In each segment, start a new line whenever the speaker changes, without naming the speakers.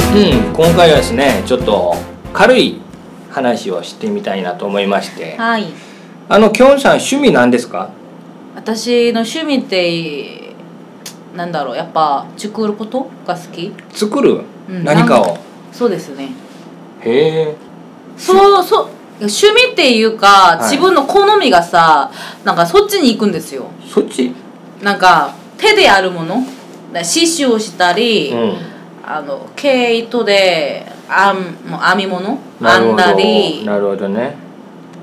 今回はですねちょっと軽い話をしてみたいなと思いまして
はい
あのきょんさん趣味なんですか
私の趣味ってなんだろうやっぱ作ることが好き
作る、
うん
何かを
そうですね
へえ
そうそう趣味っていうか、
はい
自分の好みがさなんかそっちに行くんですよ
そっち
なんか手でやるものだ刺繍をしたり、
うん
あの毛糸で編む編み物
なる
編
ほど
んだり
なるほどね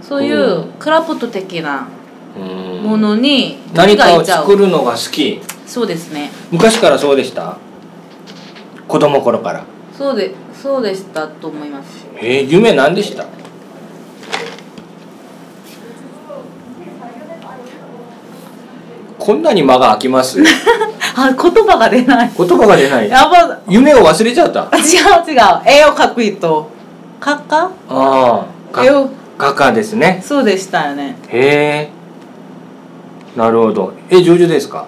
そういううクラフト的な
うん
ものに
何
が
か
い
を
っちゃ
作
う
るのが好き
そうですね
昔からそうでした子供頃から
そうでそうでしたと思います
えー、夢何でしたこんなに間が空きます言
あ言葉が出ない
葉が出ない
やば
夢を忘れちゃったあ
違う違う絵を描く人画家
あー
絵
が
を
画家ですね
そうでしたよね
へえなるほどえ上手ですか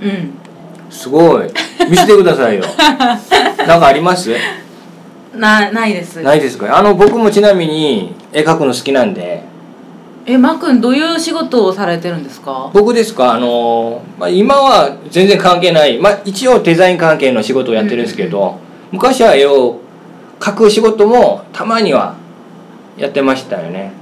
う
すごい見せてください よなんかあります
んなないです
ないですかあの僕もちなみに絵描くの好きなんで
えまっくんどういう仕事をされてるんですか
僕ですかあのー、まあ、今は全然関係ない、まあ、一応デザイン関係の仕事をやってるんですけど、昔は絵を描く仕事もたまにはやってましたよね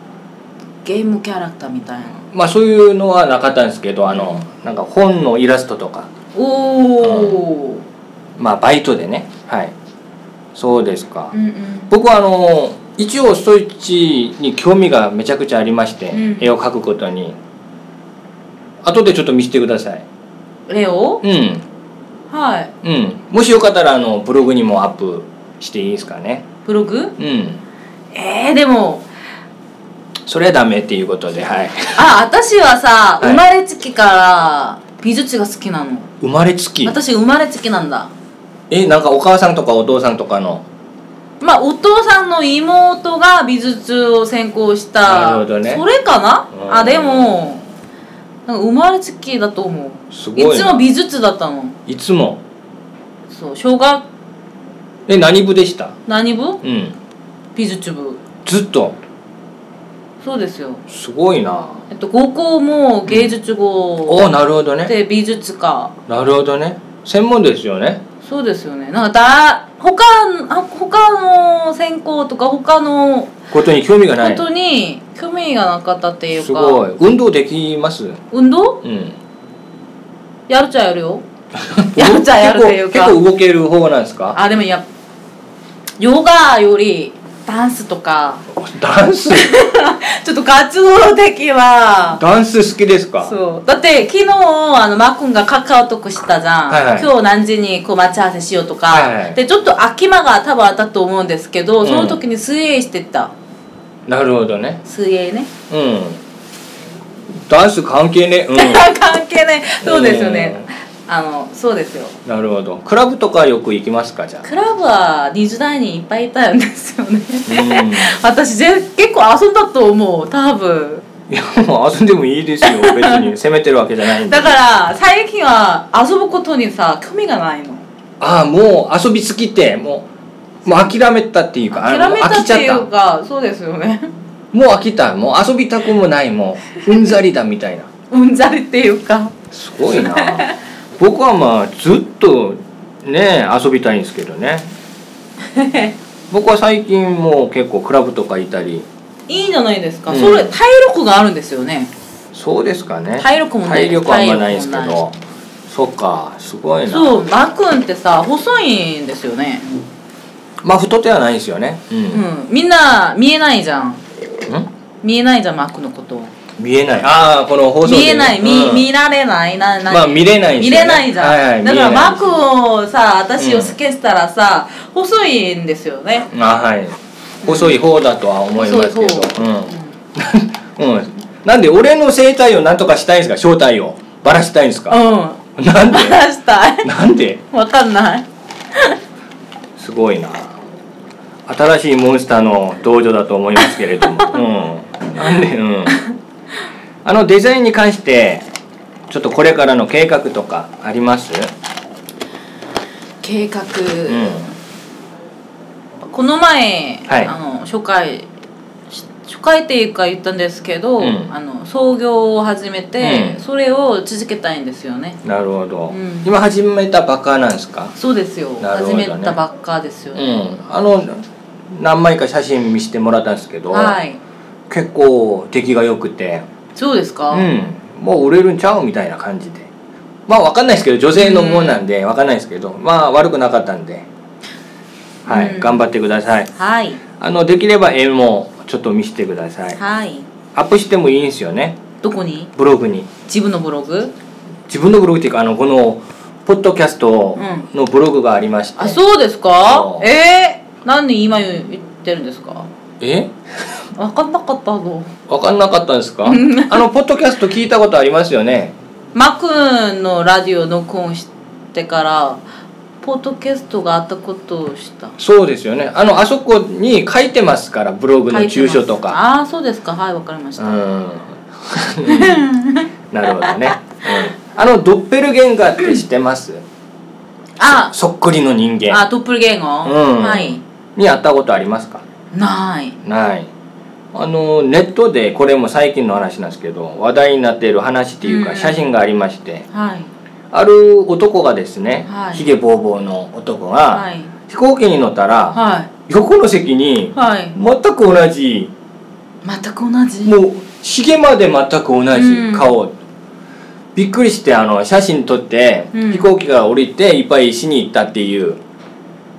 ゲームキャラクターみたいな
まあそういうのはなかったんですけどあのなんか本のイラストとか
おお、
まあバイトでねはいそうですか、
うんうん
僕はあのー一応ストイッチに興味がめちゃくちゃありまして、
うん
絵を描くことに後でちょっと見せてください
レオ
うん
はい
うん、もしよかったらあのブログにもアップしていいですかね
ブログ
うん
えー、でも
それはダメっていうことではい
あ私はさ、
はい
生まれつきから美術が好きなの
生まれつき
私生まれつきなんだ
えなんかお母さんとかお父さんとかの
まあお父さんの妹が美術を専攻し
な
た
るほどね
それかな
うん
あでもなんか生まれつきだと思う
すごい
い
な
つも美術だったの
いつも
そう小学
え何部でした
何部
うん
美術部
ずっと
そうですよ
すごいな
えっと高校も芸術
お
語
おなるほどね
で美術科
なるほどね専門ですよね
そうですよねなんかだ他あ他の専攻とか他の
ことに興味がない
ことに興味がなかったっていうか
すごい運動できますう
運動
ん
やるっちゃやるよ やるっちゃやるっていうか
結構結構動ける方なんですか
あでもやヨガよりダンスとか
ダンス
ちょっと活動的は
ダンス好きですか
そうだって昨日あのマックンがカカオトークしたじゃん、
はいはい
今日何時にこう待ち合わせしようとか、
はいはい
でちょっと空き間が多分あったと思うんですけど、
うん
その時に水泳してた
なるほどね
水 泳ね
うん。ダンス関係ね。う
関係ないそうですよねあのそうですよ
ん。なるほど。クラブとかよく行きますかじゃあ。
クラブは20代にいっぱいいたんですよね、
うん
私ぜ結構遊んだと思う多分
いやもう遊んでもいいですよ。別 に責めてるわけじゃないんで。
だから最近は遊ぶことにさ興味がないの
ああもう遊びすぎてもうもう諦めたっていうか。あ
諦
の
めた
飽
っ
きち
て
ゃっ
い
た。
うかそうですよね
もう飽きた。もう遊びたくもない。もううんざりだみたいな。
うんざりっていうか
すごいな。僕はまあずっとね遊びたいんですけどね。僕は最近もう結構クラブとかいたり。
いいんじゃないですか、
うん
それ体力があるんですよね
そうですかね
体力もない
体力あんまないですけ
体力
どそっかすごいな
そうマー君ってさ細いんですよね
まあ太手はないですよねうん、
うんみんな見えないじゃん
ん
見えないじゃんマー君のこと
見えないああこの放送でね
見えない、見
うん
見られないなな
まあ見れないです
見
よね
れないじゃん、
はいはい
だ
見
から
れない
マー君をさ私をスケしたらさ、細いんですよね
あはい細い方だとは思いますけ
細い
ど
うん
うん、うん、なんで俺の生態をなんとかしたいんですか正体をバラしたいんですか
う
なん
ん。 バ
で
ラしたい。
なんで
わかんない。
すごいな新しいモンスターの道場だと思いますけれ ども、うん、なんでうんあのデザインに関してちょっとこれからの計画とかあります
計画、
うん
この前、
はい
あの初回し初回っていうか言ったんですけど、
うん
あの創業を始めて、
うん
それを続けたいんですよね
なるほど、
うん
今始めたばっかなんですか
そうですよ、
なるほ
始
どね
めたばっかですよ
う
ね、
んあの何枚か写真見せてもらったんですけど、
はい
結構出来が良くて
そうですか、
うん、もう売れるんちゃうみたいな感じでまあ分かんないですけど女性のもんなんで分かんないですけど、まあ悪くなかったんではい、
うん
頑張ってください
はい
あのできれば絵もちょっと見せてください
はい
アップしてもいいんですよね
どこに
ブログに
自分のブログ
自分のブログっていうかあのこのポッドキャストのブログがありまして、
あそうですか
そう
えー、何で今言ってるんですか
え
分かんなかったぞ
分かんなかったんですかあのポッドキャスト聞いたことありますよね
マックンのラジオのコンしてからポッドキャストがあったことをした
そうですよねあのあそこに書いてますからブログの住所とか
ああーそうですかはいわかりま
う
した、
んなるほどね、うん、あのドッペルゲンガーって知ってます
あ
そっくりの人間
あトップルゲンゴ、
うん
はい
に会ったことありますか
ない
ないあのネットでこれも最近の話なんですけど話題になっている話っていう
う
か
ん
写真がありまして、
はい
ある男がですね、
はい
ひげぼうぼうの男が、
はい
飛行機に乗ったら、
は
横の席に
いはい
全く同じ
全く同じ
もうひげまで全く同じ顔、びっくりしてあの写真撮って、
うん
飛行機から降りていっぱいしに行ったっていう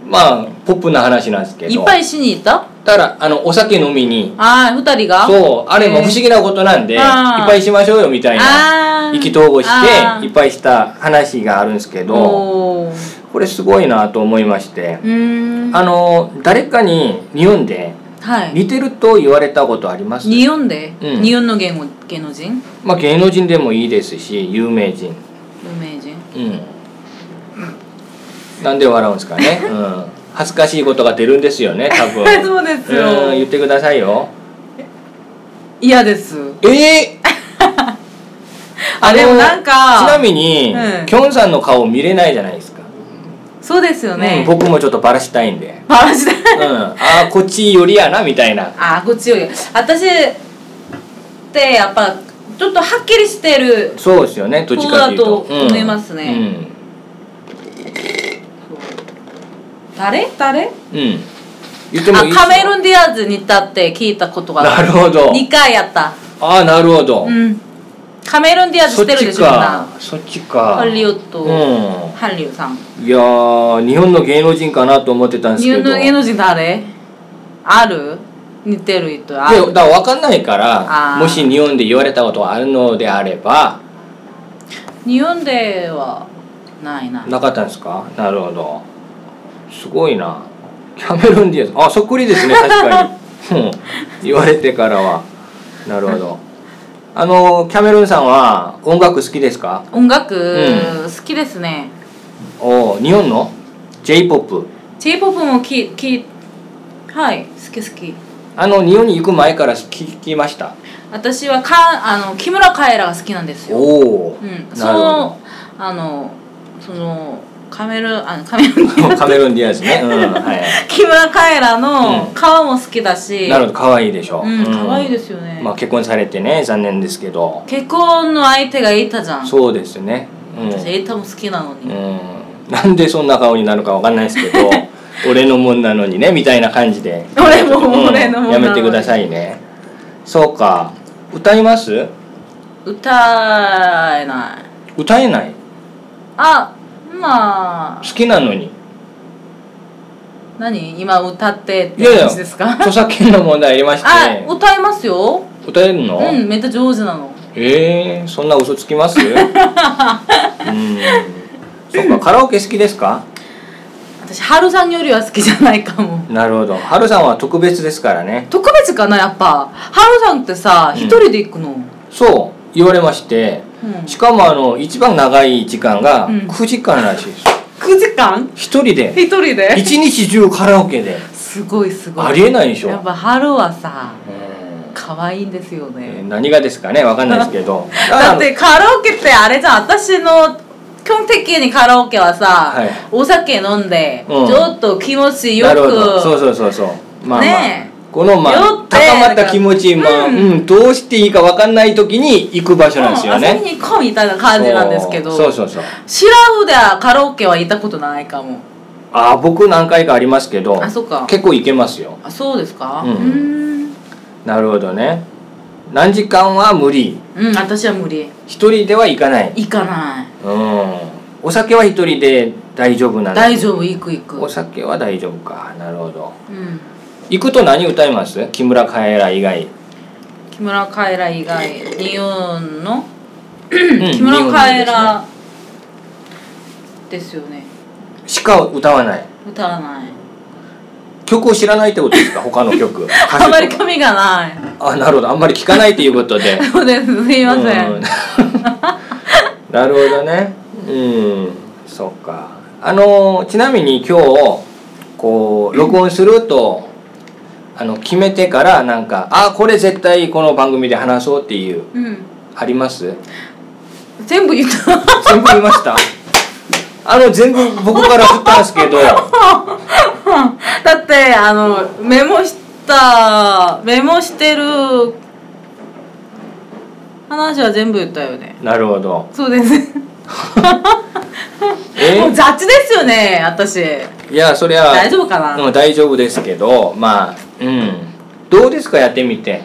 まあポップな話なんですけど
いっぱいしに行った
ただあのお酒飲みに
ああ二人が
そうあれも不思議なことなんで、
え
い
ー
っぱいしましょうよみたいな
ああ
意気投合
あ
して
ー
いっぱいした話があるんですけど
おー
これすごいなと思いまして
うーん
あの誰かに日本で
はい
似てると言われたことあります
日本で、
うん
日本の芸能芸能人
まあ芸能人でもいいですし有名人
有名人
うんなんで笑うんですかね、 うん、恥ずかしいことが出るんですよね多分
そうです
うん言っ
よ
てくださいよ
嫌です
えー
あ
の
でもなん
ち
か
なみに、
うん
きょんさんの顔見れないじゃないですか、
そうですよね、
うん、僕もちょっとバラしたいんで、
バラしだ
うん、ああこっちよりやなみたいな
あーこっちより私ってやっぱちょっとはっきりしてる
そうですよねどっちかっていうと
そうだと思いますね誰誰
うん、うん言っても
あ
いいですよ
カメルン・ディアーズにたって聞いたことが
なるほど
2回やった
ああなるほど、
うんカメルン・ディアーズ
そ
し
って
るで
ち
しょみんな
かそっちか
ハリウッド、
う
ハリウさん
んいやー日本の芸能人かなと思ってたんです
日
け
本
ど
の芸能人誰ある似てる人あ
で
る
だから分かんないから
あー
もし日本で言われたことがあるのであれば
日本ではないな
なかったんですかなるほどすごいなキャメロン・ディアスあそっくりです ね確かにうん言われてからはなるほどあのキャメロンさんは音楽好きですか
音楽、
う
好きですね
お日本の j p o p
j p o p もききはい好き好き
あの日本に行く前から聞きました
私はかあの木村カエラが好きなんです
お
よ、
お
う
ー、
ん、そ
なるほど
のあのそのカメルあのカメル
カメロン・ディアスね、うんはい、
木村カエラ
う
の
ん
顔も好きだし、
なるほど可愛いでしょ
うん可愛いですよね、
まあ、結婚されてね残念ですけど
結婚の相手がいたじゃん
そうですねうん、
私エイタも好きなのに、
うん、なんでそんな顔になるかわかんないですけ ど俺のもんなのにねみたいな感じで
俺も俺のもんなのに
やめてくださいねそうか歌います
歌えない
歌えない
あまあ
好きなのに
何今歌ってっ
いやい
て
や
感じですか
著作権の問題ありまして
あ歌いますよ
歌えるの、
うんめっちゃ上手なの
えー、そんな嘘つきます うんそっかカラオケ好きですか
私ハルさんよりは好きじゃないかも
なるほどハルさんは特別ですからね
特別かなやっぱハルさんってさ
うん
一人で行くの、
そう言われまして
うん
しかもあの一番長い時間が
うん
9時間らしいです、
9時間
一人で
一人で
一日中カラオケです
ごいすごい
ありえないでしょ
やっぱハルはさ
うん
可愛いんですよね、
えー何がですかねわかんないですけど
だってカラオケってあれじゃん私の基本的にカラオケはさ、
はい
お酒飲んで、
うん
ちょっと気持ちよ
な
く
るほどそうそうそうそうまあまあ、
ね
このま
酔
あ
って
高まった気持ち、
だ
ま
から
あ
うん
うん、どうしていいか分かんない時に行く場所なんですよ
うん遊び
ね
に行こうみたいな感じなんですけど
そうそうそうそう
シラウではカラオケは行ったことないかも
ああ僕何回かありますけど
あそっか
結構行けますよ
あそうですか
うん
ん
なるほどね何時間は無理
うん私は無理
一人では行かない
行かない
うんお酒は一人で大丈夫なんだ
大丈夫行く行く
お酒は大丈夫かなるほど
うん
行くと何歌います木村カエラ以外
木村カエラ以外日本の
うん
木村カエ
日本の
ラですよね
ですねしか歌わない
歌わない
曲を知らないってことですか他の曲歌手とか
あんまり髪がない
あなるほどあんまり聞かないということで
そうですすいません、
うんなるほどねうんそっかあのちなみに今日こう録音するとあの決めてからなんかあこれ絶対この番組で話そうっていう
うん
あります
全部言った
全部言いました あの全部僕から振ったんですけど
だってあのメモしたメモしてる話は全部言ったよね
なるほど
そうです
え
もう雑ですよね私
いやそりゃ
大丈夫かな
うん大丈夫ですけどまあうんどうですかやってみて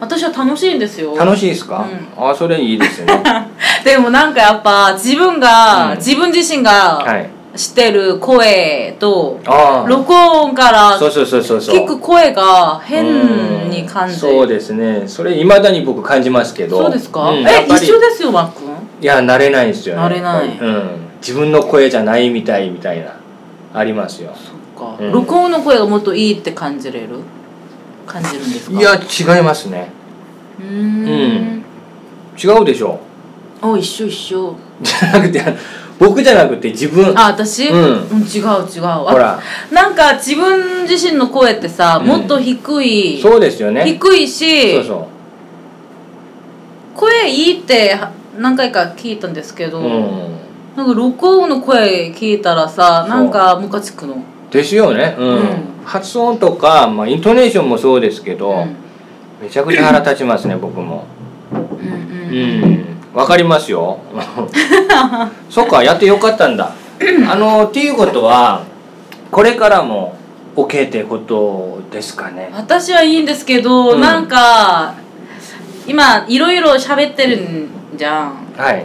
私は楽しいんですよ
楽しいですか、あそれいいですね
でもなんかやっぱ自分が、
うん
自分自身
は
が
い
してる声と、
ああ
録音から
そうそうそうそうそう
聞く声が変に感じ
うんそうですねそれいまだに僕感じますけど
そうですか、
うんや
え
っぱり
一緒ですよマックン
いや慣れないですよね
慣れない
やっぱりうん、自分の声じゃないみたいみたいなありますよ
そっか、
うん
録音の声がもっといいって感じれる感じるんですか
いや違いますね
うーん
違うでしょ
お一緒一緒
じゃなくて僕じゃなくて自分
あ私、
う
うんん違う違うほ
ほら
なんか自分自身の声ってさ、
うん
もっと低い、
そうですよね
低いし
そうそう
声いいっては何回か聞いたんですけど、
うん
なんか録音の声聞いたらさ
そう
なんかムカつくの、
ですよね、うん
うん
発音とか、まあ、イントネーションもそうですけど、
うん
めちゃくちゃ腹立ちますね僕も
うんうん
うんわかりますよそっかやってよかったん だあのっていうことはこれからも OK ってことですかね
私はいいんですけど、
うん
なんか今いろいろ喋ってるんじゃん
はい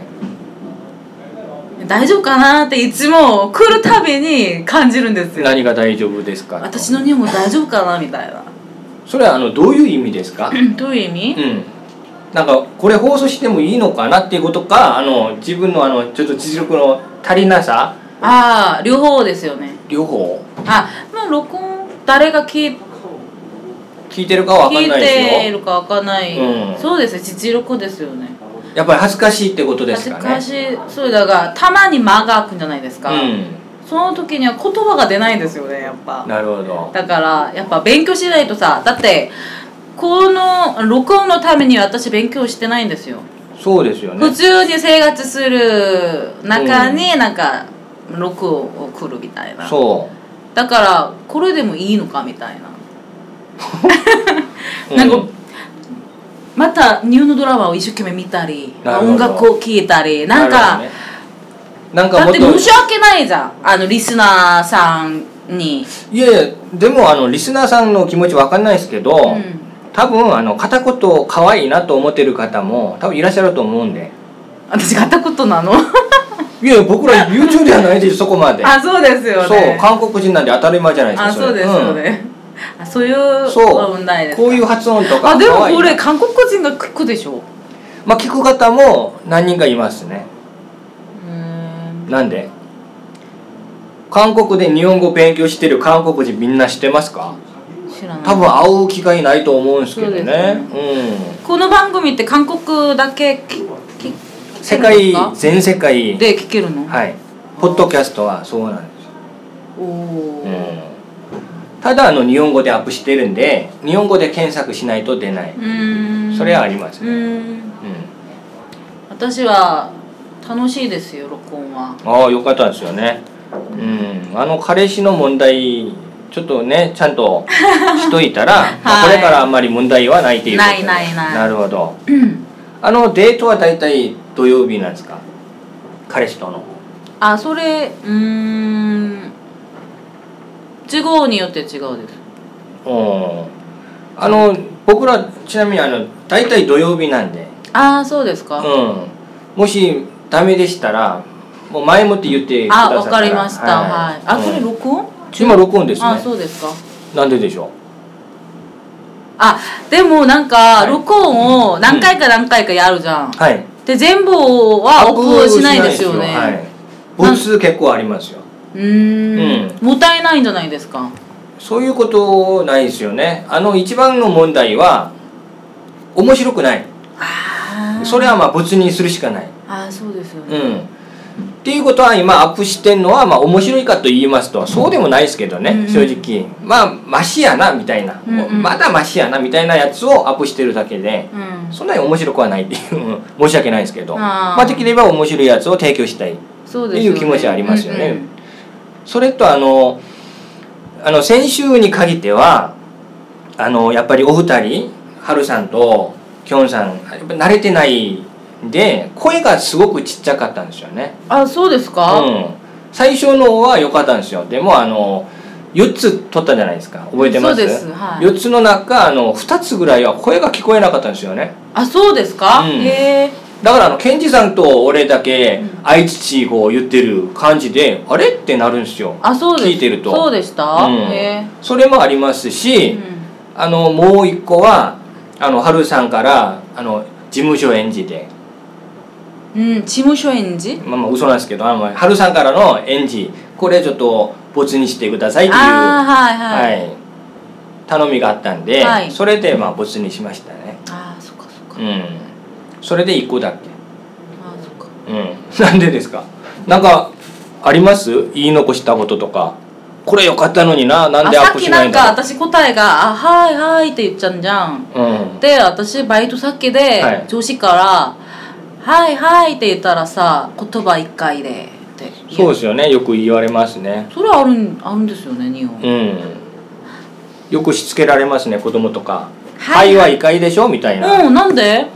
大丈夫かなっていつも来るたびに感じるんですよ
何が大丈夫ですかと
私の日本大丈夫かなみたいな
それはあのどういう意味ですか
どういう意味、
うんなんかこれ放送してもいいのかなっていうことかあの自分のあのちょっと実力の足りなさ
ああ両方ですよね
両方
あまあ録音誰が聞い
聞いてるかは分か
聞
ん
い
ないです
て
よ
るかわかんない、
うん
そうですね実力ですよね
やっぱり恥ずかしいってことで
恥
す
ず
かね
かしいそうだがたまに間が空くんじゃないですか、その時には言葉が出ないんですよねやっ
う
ぱ
んなるほど
だからやっぱ勉強しないとさだってこの録音のために私勉強してないんですよ
そうですよね
普通に生活する中になんか録音を来るみたいな
そ
だからこれでもいいのかみたいな
う、
なんかまたニューのドラマを一生懸命見たり
なるほ
音
ど
楽を聴いたりなん
るほど
か
ねなんか
だ
も
っ
ってと
申し訳ないじゃんあのリスナーさんに、
いやいやでもあのリスナーさんの気持ちわかんないですけど、
うん、
多分あの片言可愛いなと思ってる方も多分いらっしゃると思うんで
私買ったことなの
いやいや僕 ら YouTube ではないですそこまで
あそうですよ
そう
ね
韓国人なんで当たり前じゃないですか
あそうですよ、ね、あそういう
うんそう
問題ですか
こういう発音とか
あでも
可愛い
これ韓国人が聞くでしょ
まあ聞く方も何人かいますね
うーん
なんで韓国で日本語勉強してる韓国人みんな知ってますか
知らない
多分会う機会ないと思うんですけど
そう
ね
です
う
この番組って韓国だけ聞聞
ん世界
聞けるんです
全世界
かで聞けるの、
はいポッドキャストはそうなんです、
おお、
うん、ただあの日本語でアップしてるんで日本語で検索しないと出ない
うん
それはあります
う
ね
ん
うん
私は楽しいですよ録音は
ああよかったですよねうんあの彼氏の問題ちょっとねちゃんとしといたら、 まあこれからあんまり問題はないっていうことで
ないないない
なるほどあのデートは大体土曜日なんですか彼氏との
あそれうーん地方によって違うです
うんあの僕らちなみにあの大体土曜日なんで
ああそうです
う
か、
んもしダメでしたらもう前もって言ってくださ
あ
ったら
わかりましたはい、あこれ
うん
録音
今録音ですね
あそうですか
なんででしょ
あでもなん
は
か
い
録音を何回か何回かやるじゃん、
うはい
で全部はアップしないですよね
はい本数結構ありますよ
うーん、もったいないんじゃないですか
そういうことないですよねあの一番の問題は面白くない
あ
それはまあ没にするしかない
あーそうですよ
う
ね、
んっていうことは今アップしてんのはまあ面白いかと言いますとそうでもないですけどね、
うんうん
正直まあマシやなみたいな、
うんうん
まだマシやなみたいなやつをアップしてるだけで
うん
そんなに面白くはないっていう 申し訳ないですけど
あー
まあできれば面白いやつを提供したい
そうですよ、
っていう気持ちはありますよね
うんうん
それとあのあの先週に限ってはあのやっぱりお二人ハルさんとキョンさんやっぱ慣れてないんで声がすごくちっちゃかったんですよね、
あそうですか、
うん、最初のは良かったんですよでもあの4つ取ったじゃないですか覚えてます
そうですはい
4つの中あの2つぐらいは声が聞こえなかったんですよね
あそうですか、
うん
へえ
だからあのケンジさんと俺だけ
うん
相槌を言ってる感じであれってなるんですよ
あそうです
聞いてると
そうでした、
うん
へ
それもあります
え、
し、あのもう一個はあの春さんからあの事務所演じて、
うん、うん、事務所演じ
まあ、まあ嘘なんですけどあの春さんからの演じこれちょっと没にしてくださいっていう、
ああーはいは
は
い、
い、頼みがあったんで、
はい
それでまあ没にしましたね
ああそっかそっ
う
か、
んそれで一個だっ
ああそっか
けうんなんでですかなんかあります言い残したこととかこれ良かったのにななんでア
あ
ッ
さっ
プ
き
し
な
ないん
んか
だろ
私答えが「あはいはい」って言っちゃうじゃん
ううん
で私バイト先
は
で
い
上司から「はいはい」って言ったらさ言葉一回でって
そう
い
ですよねよく言われますね
やそれはあるんあるんですよね日本、
うん、よくしつけられますね子供とか「は
はいい
は異界でしょ」みたいな「
うんなんで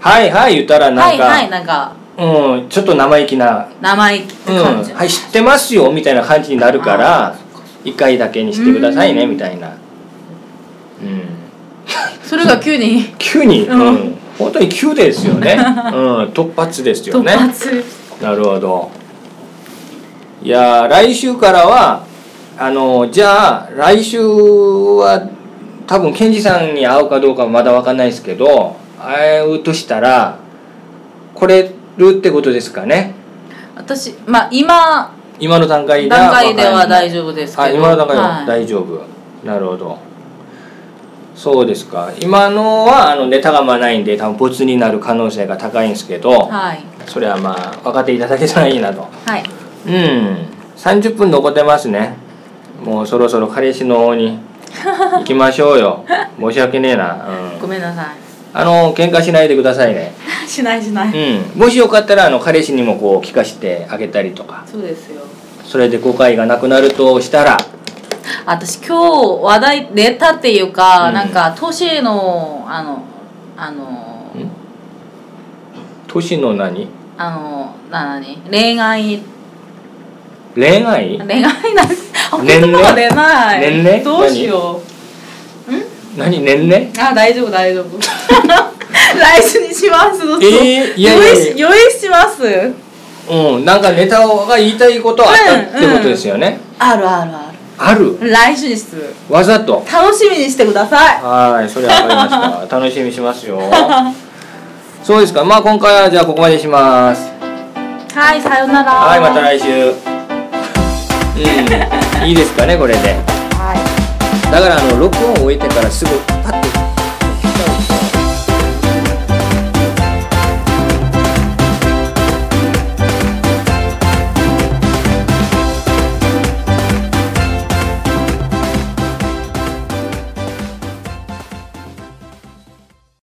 はいはい」言ったらな
は
ん
い
か、
はいなんか
うん、ちょっと生意気な
生意気って
「うん
感じ、
はい、知ってますよ」みたいな感じになるか
あ
ら
ーそっかそっか
一回だけにしてくださいね
うん
みたいな、うん、
それが急に
急に、う
うんん
本当に急ですよ ね、うん、突発ですよ
突
ね
発、
なるほどいやー来週からはあのじゃあ来週は多分ケンジさんに会うかどうかはまだ分かんないですけど会うとしたら来れるってことですかね
私まあ今
今の段階で
段階では大
丈
丈夫ですけど
あ今の段階ではい大丈夫、なるほどそうですか今のはあのネタがまあないんで多分没になる可能性が高いんですけど、
はい
それはまあ分かっていただけたらいいなと
はい
うん30分残ってますねもうそろそろ彼氏の方に行きましょう よ申し訳ねえな、うん、
ごめんなさ
あの喧嘩しないでくださいね、
い しないしない、
うん、もしよかったらあの彼氏にもこう聞かしてあげたりとか
そうですよ
それで誤解がなくなるとしたら
私今日話題ネタっていうか、
うん
なんか年のあのあの
ん年の何
あのな何恋愛
恋愛
恋愛なんてあ
年齢
言葉出ない
年齢
どうしよ
何年齢
うあ大丈夫大丈夫 来週にしますどうぞ
えーいやいやいや
用意し用意します
うんなんかネタが言いたいことあったってことですよね、
あるあるあ
ある
る来週にする
わざと
楽しみにしてください
はい、それは分かりま した。楽しみにしますよ。そうですか。まあ今回はじゃあここまでします。
はいさようなら
はい、また来週。うん、いいですかねこれで。
はい
だからあの録音を終えてからすぐパッと